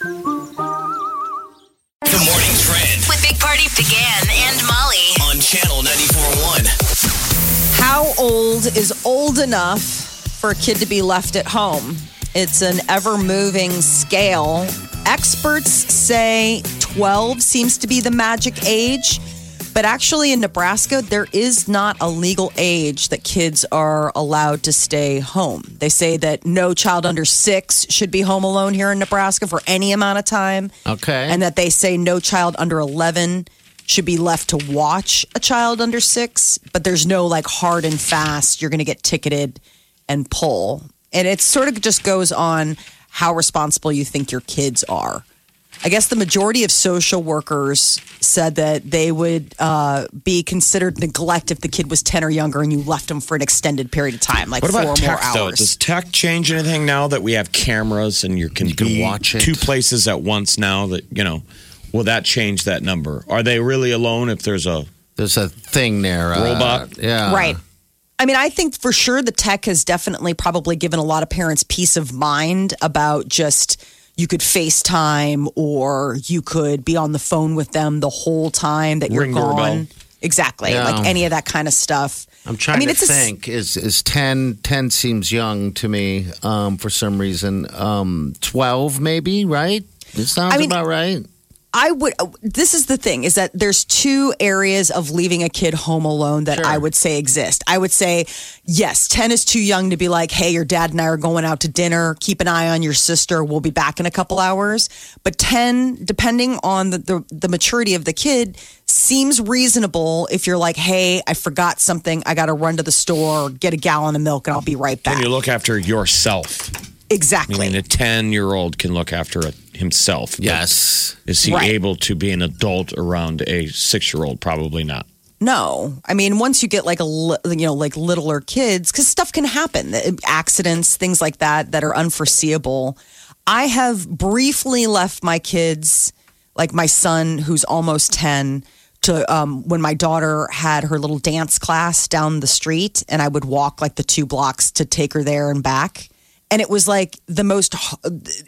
The morning trend With Big Party began and Molly. on channel 94.1. How old is old enough for a kid to be left at home? It's an ever moving scale. Experts say 12 seems to be the magic age, but actually in Nebraska, there is not a legal age that kids are allowed to stay home. They say that no child under six should be home alone here in Nebraska for any amount of time Okay. and that they say no child under 11 should be left to watch a child under six, but there's no like hard and fast, you're going to get ticketed and pull. And it sort of just goes on how responsible you think your kids are. I guess the majority of social workers said that they would uh, be considered neglect if the kid was 10 or younger and you left them for an extended period of time, like What four about or more tech though? hours. Does tech change anything now that we have cameras and you can, can be watch it. two places at once now? That you know, will that change that number? Are they really alone if there's a There's a thing there. uh, Robot. yeah. Right. I mean, I think for sure the tech has definitely probably given a lot of parents peace of mind about just you could FaceTime or you could be on the phone with them the whole time that you're Ring gone. doorbell. Exactly. Yeah. Like any of that kind of stuff. I'm trying I mean, to it's a s- think. Is is 10, 10 seems young to me um, for some reason. Um, Twelve maybe, right? It sounds I mean- about right. I would. uh, This is the thing: is that there's two areas of leaving a kid home alone that I would say exist. I would say, yes, ten is too young to be like, hey, your dad and I are going out to dinner. Keep an eye on your sister. We'll be back in a couple hours. But ten, depending on the the, the maturity of the kid, seems reasonable. If you're like, hey, I forgot something. I got to run to the store, get a gallon of milk, and I'll be right back. can you look after yourself? I exactly. mean, a ten-year-old can look after a, himself. but Yes. is he Right. able to be an adult around a six-year-old? Probably not. No, I mean once you get like a li- you know like littler kids, because stuff can happen, uh, accidents, things like that that are unforeseeable. I have briefly left my kids, like my son who's almost ten, to um, when my daughter had her little dance class down the street, and I would walk like the two blocks to take her there and back, and it was like the most,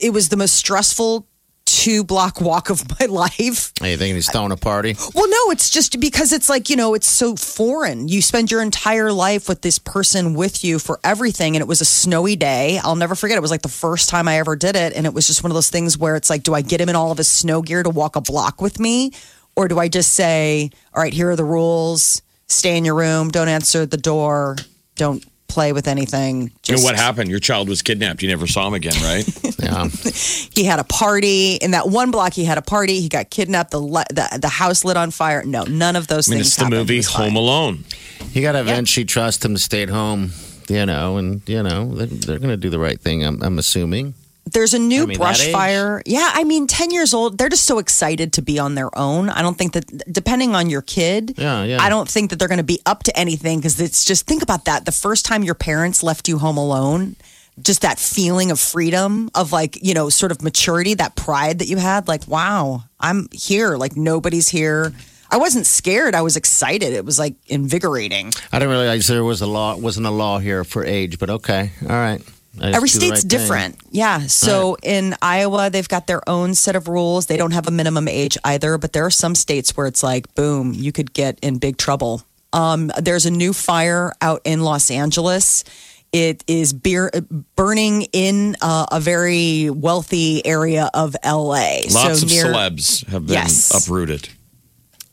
it was the most stressful two block walk of my life. Hey, you thinking he's throwing a party? Well, no, it's just because it's like, you know, it's so foreign. You spend your entire life with this person with you for everything. And it was a snowy day. I'll never forget. It was like the first time I ever did it. And it was just one of those things where it's like, do I get him in all of his snow gear to walk a block with me? Or do I just say, all right, here are the rules stay in your room, don't answer the door, don't play with anything? You know Just, what happened? Your child was kidnapped. You never saw him again, right? Yeah. he had a party. In that one block, he had a party. He got kidnapped. The, li- the, the house lit on fire. No, none of those I mean, things it's the happened. It movie was fine. Home Alone. You got to eventually trust him to stay at home, you know, and, you know, they're, they're going to do the right thing, I'm, I'm assuming. there's a new I mean, brush that age. fire. Yeah, I mean, 10 years old, they're just so excited to be on their own. I don't think that, depending on your kid, Yeah, yeah. I don't think that they're going to be up to anything because it's just, think about that. The first time your parents left you home alone, just that feeling of freedom, of like, you know, sort of maturity, that pride that you had, like, wow, I'm here. Like, nobody's here. I wasn't scared. I was excited. It was like invigorating. I didn't realize there was a law, wasn't a law here for age, but okay. All right. I just Every do the state's right thing. different. Yeah. So in Iowa, they've got their own set of rules. They don't have a minimum age either, but there are some states where it's like, boom, you could get in big trouble. Um, there's a new fire out in Los Angeles. It is beer, burning in uh, a very wealthy area of LA. Lots so of near, celebs have been Yes. uprooted.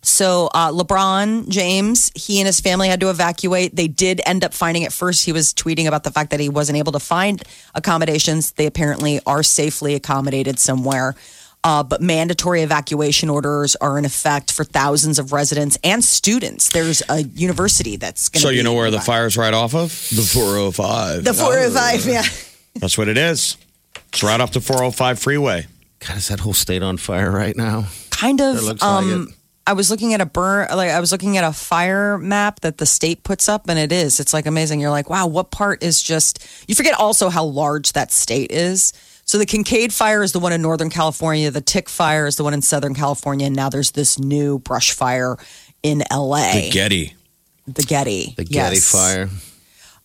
so uh, LeBron James, he and his family had to evacuate. They did end up finding at first. He was tweeting about the fact that he wasn't able to find accommodations. They apparently are safely accommodated somewhere. Uh, but mandatory evacuation orders are in effect for thousands of residents and students. There's a university that's going to So you know where the fire's right off of? The 405. the four or oh five, yeah. That's what it is. It's right off the 405 freeway. God, is that whole state on fire right now? kind of. Sure looks like um, it. I was looking at a burn, like I was looking at a fire map that the state puts up, and it is. It's like amazing. You're like, wow, what part is just? You forget also how large that state is. So the Kincaid fire is the one in Northern California. The Tick fire is the one in Southern California. And now there's this new brush fire in L.A. The Getty. The Getty. The Getty Yes. Fire.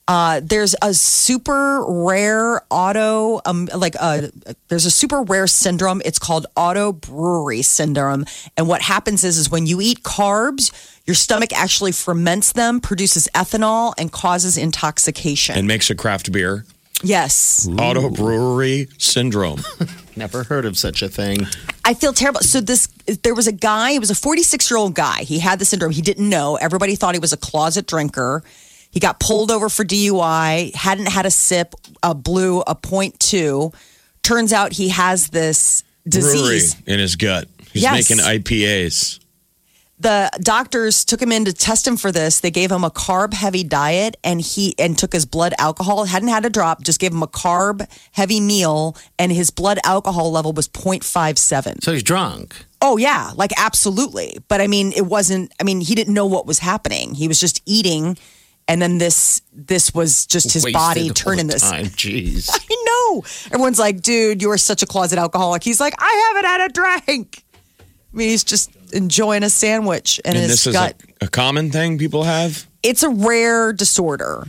Uh, there's a super rare auto, um, like uh, there's a super rare syndrome. It's called auto brewery syndrome. And what happens is, is when you eat carbs, your stomach actually ferments them, produces ethanol, and causes intoxication. and makes a craft beer. yes. Auto brewery syndrome. Never heard of such a thing. I feel terrible. So this, there was a guy. He was a 46 year old guy. He had the syndrome. He didn't know. Everybody thought he was a closet drinker. He got pulled over for DUI. Hadn't had a sip. A blew a point two. Turns out he has this disease. Brewery in his gut. He's Yes. making IPAs. The doctors took him in to test him for this. They gave him a carb heavy diet, and he and took his blood alcohol. Hadn't had a drop. Just gave him a carb heavy meal, and his blood alcohol level was 0.57. So he's drunk. Oh yeah, like absolutely. But I mean, it wasn't. I mean, he didn't know what was happening. He was just eating, and then this this was just his Wasted all body the turning this. Time. Jeez. I know. Everyone's like, "Dude, you are such a closet alcoholic." He's like, "I haven't had a drink." I mean, he's just enjoying a sandwich and, And his this is gut. a, a common thing people have. it's a rare disorder,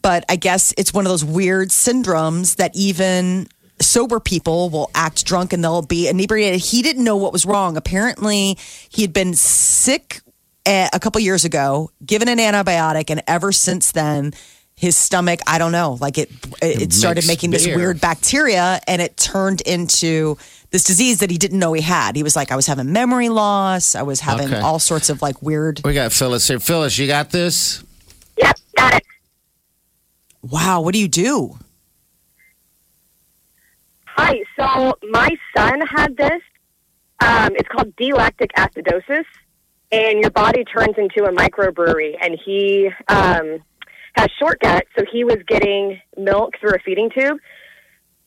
but I guess it's one of those weird syndromes that even sober people will act drunk and they'll be inebriated. He didn't know what was wrong. Apparently, he had been sick eh, a a couple years ago, given an antibiotic, and ever since then, his stomach, I don't know, like it it, It started makes making this beer. weird bacteria and it turned into this disease that he didn't know he had. He was like, I was having memory loss. I was having Okay. all sorts of like weird We got Phyllis here. Phyllis, you got this? Yep, got it. wow, what do you do? Hi. So my son had this. Um, it's called D-lactic acidosis, and your body turns into a microbrewery. And he um, has short gut, so he was getting milk through a feeding tube.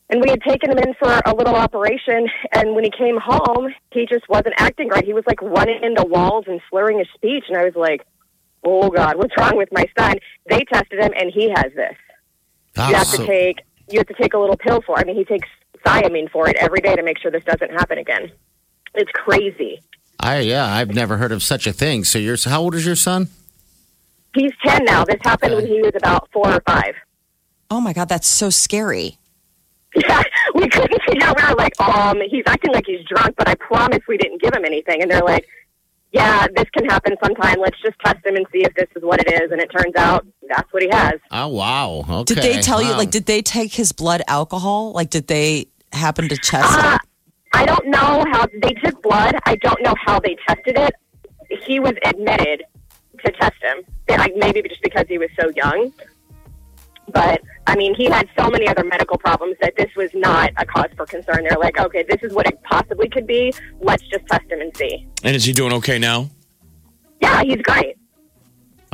And we had taken him in for a little operation, and when he came home, he just wasn't acting right. He was like running into walls and slurring his speech, and I was like, "Oh God, what's wrong with my son?" They tested him, and he has this. you have to Oh, so- take you have to take a little pill for. it. I mean, he takes thiamine for it every day to make sure this doesn't happen again. It's crazy. I yeah, I've never heard of such a thing. So you're how old is your son? He's ten now. This happened when he was about four or five. Oh my God, that's so scary. Yeah, we couldn't figure out. We were like, um, he's acting like he's drunk, but I promise we didn't give him anything. And they're like, yeah, this can happen sometime. Let's just test him and see if this is what it is. And it turns out that's what he has. Oh wow. Okay. um, Did they tell you, wow. like, did they take his blood alcohol? Like, did they happen to test Uh, Oh, it? I don't know how they took blood. I don't know how they tested it. He was admitted to test him, They- like maybe just because he was so young. But I mean, he had so many other medical problems that this was not a cause for concern. They're like, okay, this is what it possibly could be. Let's just test him and see. And is he doing okay now? Yeah, he's great.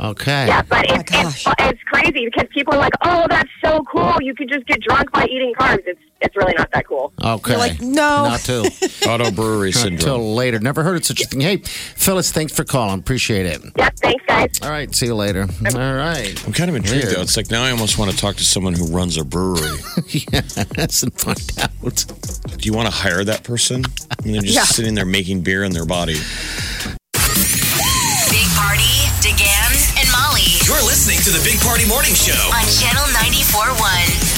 Okay. Yeah, but Oh my it's, it's gosh. it's crazy because people are like, oh, that's so cool. You could just get drunk by eating carbs. It's it's really not that cool. Okay. You're like, no. Not till Auto brewery syndrome. until later. Never heard of such a thing. Hey, Phyllis, thanks for calling. Appreciate it. Yep, thanks, guys. All right, see you later. All right. I'm kind of intrigued Weird. though. It's like now I almost want to talk to someone who runs a brewery. Yes, and find out. Do you want to hire that person? And they're just sitting there making beer in their body. Big Party, DeGan, and Molly You're listening to the Big Party Morning Show. on Channel 94.1.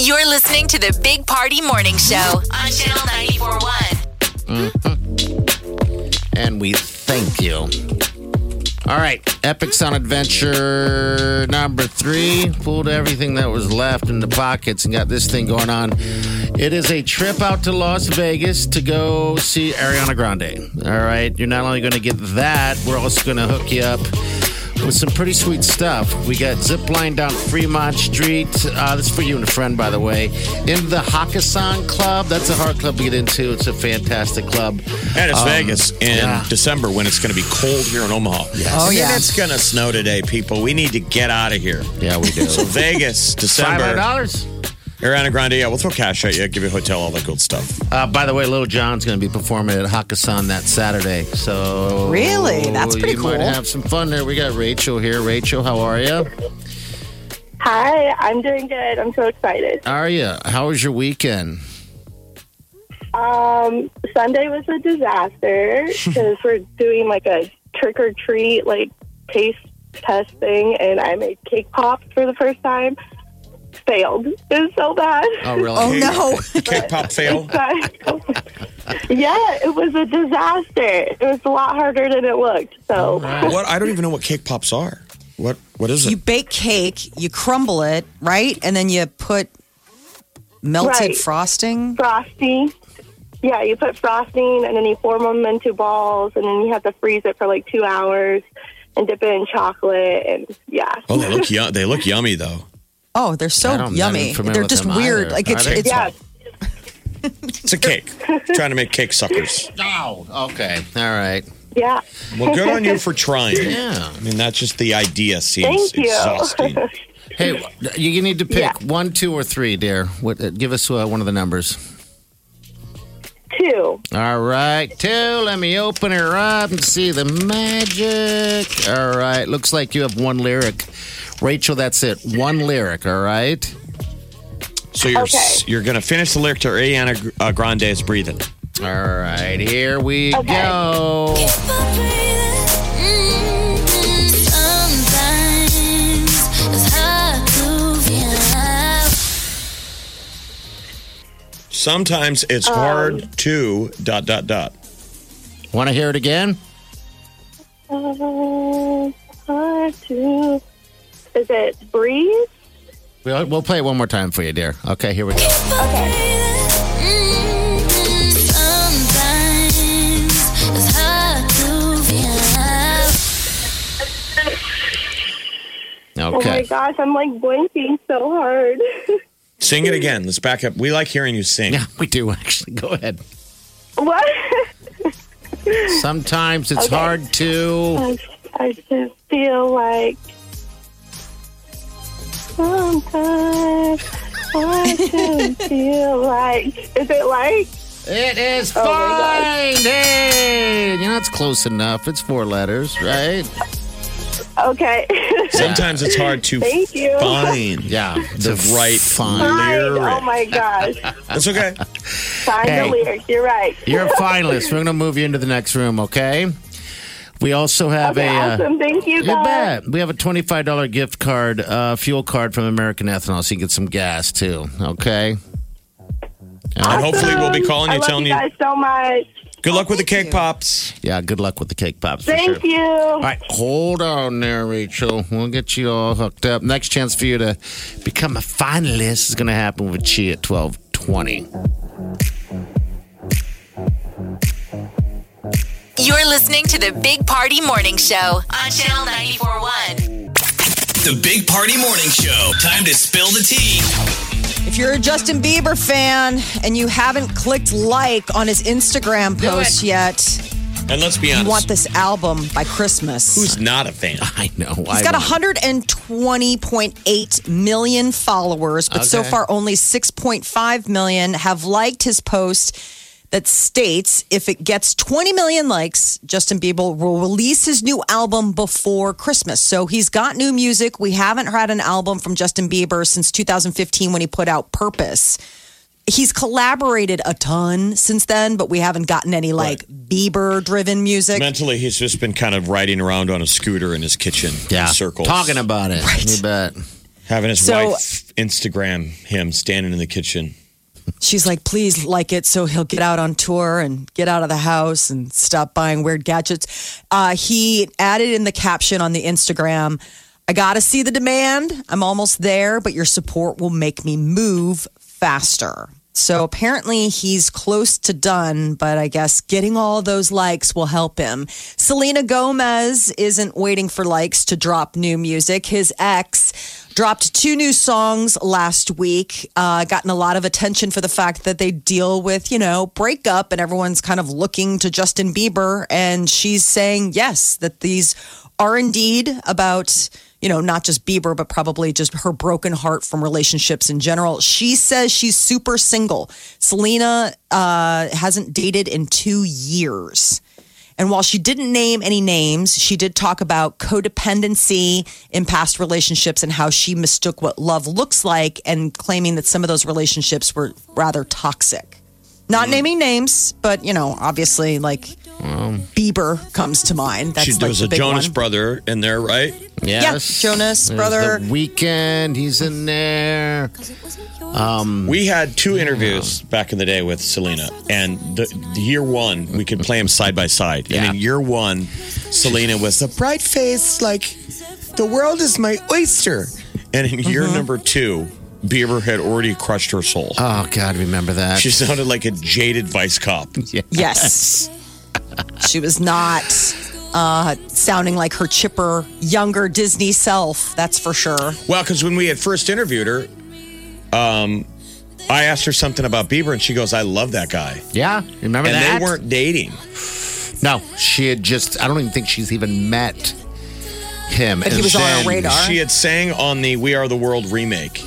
You're listening to the Big Party Morning Show on Channel 94.1. And we thank you. All right, Epics on Adventure number three. Pulled everything that was left in the pockets and got this thing going on. It is a trip out to Las Vegas to go see Ariana Grande. All right, you're not only going to get that, we're also going to hook you up with some pretty sweet stuff. We got zip line down Fremont Street. Uh, this is for you and a friend, by the way. In the Hakkasan Club. That's a hard club to get into. It's a fantastic club. And it's Vegas in Um, yeah. December when it's going to be cold here in Omaha. Yes. Oh, and yeah. it's going to snow today, people. We need to get out of here. Yeah, we do. So Vegas, Five December. hundred dollars. Ariana Grande, yeah, we'll throw cash at you, give you a hotel, all that good stuff. Uh, by the way, Little John's going to be performing at Hakkasan that Saturday. So Oh, Really? That's pretty you might cool. have some fun there. We got Rachel here. Rachel, how are you? Hi, I'm doing good. I'm so excited. Are you? How was your weekend? Um, Sunday was a disaster because we're doing like a trick or treat, like taste test thing, and I made cake pops for the first time. Failed. It was so bad. Oh, really? Oh no. Cake pop fail. yeah, it was a disaster. It was a lot harder than it looked. So What? I don't even know what cake pops are. What? What is it? you bake cake, you crumble it, right? And then you put melted Right. frosting. frosting. Yeah, you put frosting and then you form them into balls, and then you have to freeze it for like two hours and dip it in chocolate. And yeah, oh, they look yum. They look yummy though. Oh, they're so I don't- I'm not yummy. even familiar They're with just them weird. either. Like it's, Are they? it's yeah, It's a cake. trying to make cake suckers. Oh, okay. All right. yeah. Well, good on you for trying. Yeah. I mean, that's just the idea seems Thank you. exhausting. Hey, you you need to pick Yeah. one, two, or three, dear. What, uh, give us uh, one of the numbers. Two. All right, two. Let me open her up and see the magic. All right, looks like you have one lyric, Rachel. That's it. One lyric. All right. So you're Okay. you're gonna finish the lyric to Ariana uh, Grande's "Breathing." All right. Here we Okay. go. Sometimes Um, it's hard to dot dot dot. Want to hear it again? Uh, one, two. Is it breathe? We'll, we'll play it one more time for you, dear. Okay. Here we go. Oh my Okay. gosh, I'm like blinking so hard. Sing Mm. it again. Let's back up. We like hearing you sing. yeah, we do actually. Go ahead. what? Sometimes it's Okay. hard to. I, I just feel like sometimes I just feel like. Is it like? It is Oh my fine. Hey, you know it's close enough. It's four letters, right? Okay. Sometimes it's hard to Thank you. find. Yeah. The it's a right fine. Fine. Oh lyric. my gosh. That's okay. Find Hey. the lyric. You're right. You're a finalist. We're going to move you into the next room, okay? We also have Okay, a. uh, awesome. Thank you, you guys. bet. We have a twenty-five dollar gift card, uh, fuel card from American Ethanol, so you can get some gas too. Okay. And hopefully we'll be calling I you, love telling you you. guys so much. Good luck with the cake pops. Yeah. Good luck with the cake pops. for sure. Thank you. All right, hold on there, Rachel. We'll get you all hooked up. Next chance for you to become a finalist is going to happen with Chi at twelve twenty. You're listening to the Big Party Morning Show on Channel 941. The Big Party Morning Show. Time to spill the tea. If you're a Justin Bieber fan and you haven't clicked like on his Instagram post yet, And let's be honest. you want this album by Christmas. Who's not a fan? I know. He's got 120.8 million followers, but so Okay. far only 6.5 million have liked his post that states if it gets 20 million likes, Justin Bieber will release his new album before Christmas. So he's got new music. We haven't had an album from Justin Bieber since 2015 when he put out Purpose. He's collaborated a ton since then, but we haven't gotten any like Bieber driven music. Mentally, he's just been kind of riding around on a scooter in his kitchen yeah, in circles. talking about it. Right. You bet. having his So- wife Instagram him standing in the kitchen. She's like, please like it so he'll get out on tour and get out of the house and stop buying weird gadgets. Uh, he added in the caption on the Instagram I gotta see the demand. I'm almost there, but your support will make me move faster. So apparently he's close to done, but I guess getting all those likes will help him. Selena Gomez isn't waiting for likes to drop new music. His ex dropped two new songs last week, uh, gotten a lot of attention for the fact that they deal with, you know, breakup and everyone's kind of looking to Justin Bieber. And she's saying, yes, that these are indeed about you know, not just Bieber, but probably just her broken heart from relationships in general. She says she's super single. Selena uh, hasn't dated in two years. And while she didn't name any names, she did talk about codependency in past relationships and how she mistook what love looks like and claiming that some of those relationships were rather toxic. Mm. Not naming names, but you know, obviously, like Bieber comes to mind. That's She, like there's the a big Jonas one. brother in there, right? Yes. Yeah, Jonas There's Brother. The weekend. He's in there. Um, We had two interviews back in the day with Selena, and the, the year one we could play them side by side. And in Yeah. year one, Selena was the bright face, like the world is my oyster. And in year Mm-hmm. number two, Bieber had already crushed her soul. oh God, remember that? she sounded like a jaded vice cop. Yes. she was not uh, sounding like her chipper, younger Disney self, that's for sure. Well, because when we had first interviewed her, um, I asked her something about Bieber, and she goes, "I love that guy." yeah, remember And that? they weren't dating. No, she had just. I don't even think she's even met him. But he And was on her then radar. She had sang on the "We Are the World" remake.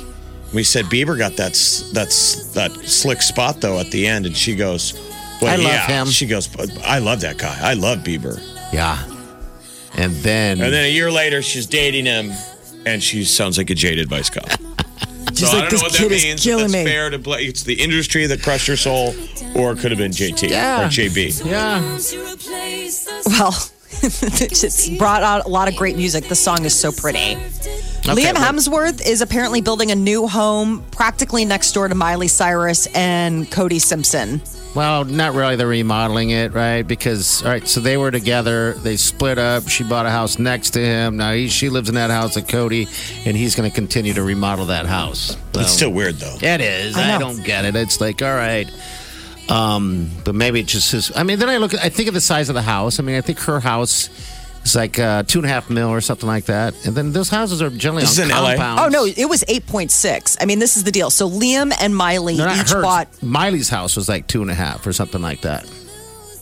We said Bieber got that s- that s- that slick spot though at the end, and she goes, "Well, I love yeah." him. She goes, "But "I love that guy. I love Bieber." Yeah. And then, And then a year later, she's dating him, and she sounds like a jaded vice cop. She's like, this kid is but killing me. That's fair to bla- It's the industry that crushed her soul, or it could have been JT Yeah. or JB. yeah, Well, it's brought out a lot of great music. The song is so pretty. Liam well- Hemsworth is apparently building a new home practically next door to Miley Cyrus and Cody Simpson. well, not really. They're remodeling it, right? Because all right, so they were together. They split up. She bought a house next to him. Now he, she lives in that house at Cody, and he's going to continue to remodel that house. So- It's still weird though. It is. I, know. don't get it. It's like, all right. Um, but maybe it just is. I mean, then I look. I think of the size of the house. I mean, I think her house is like uh, two and a half mil or something like that. And then those houses are generally This on is in LA? compounds. Oh, no, it was 8.6. I mean, this is the deal. So Liam and Miley No, not each hers. bought. Miley's house was like two and a half or something like that.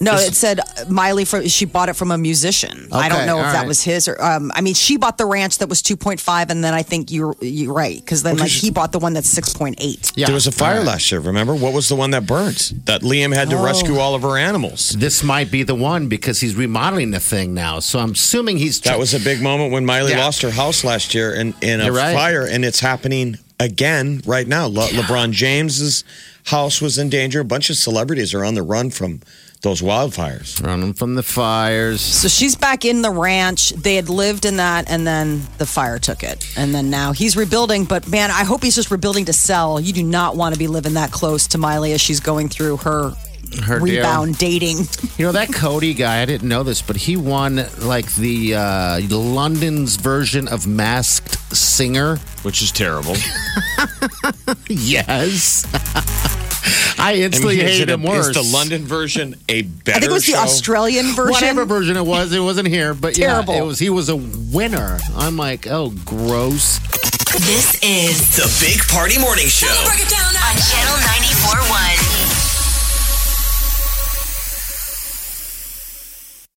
No, it said Miley. From, she bought it from a musician. I Okay, don't know if all that right. was his or. Um, I mean, she bought the ranch that was two point five, and then I think you're you're right because then like he bought the one that's six point eight. Yeah, There was a fire All right. last year. Remember what was the one that burnt? That Liam had to Oh. rescue all of her animals. This might be the one because he's remodeling the thing now. So I'm assuming he's. That was a big moment when Miley Yeah. lost her house last year in, in a You're right. fire, and it's happening again right now. Le- LeBron James's house was in danger. A bunch of celebrities are on the run from those wildfires. running from the fires. So she's back in the ranch. They had lived in that, and then the fire took it, and then now he's rebuilding. But man, I hope he's just rebuilding to sell. You do not want to be living that close to Miley as she's going through her. Her deal. Rebound dating. You know that Cody guy? I didn't know this, but he won like the uh, London's version of Masked Singer. Which is terrible. Yes, I instantly hated him worse. Is the London version a better I think it was the show? Australian version. Whatever version it was, it wasn't here, but Terrible. yeah, it was. He was a winner. I'm like, oh, gross. This is The Big Party Morning Show. on Channel 94.1.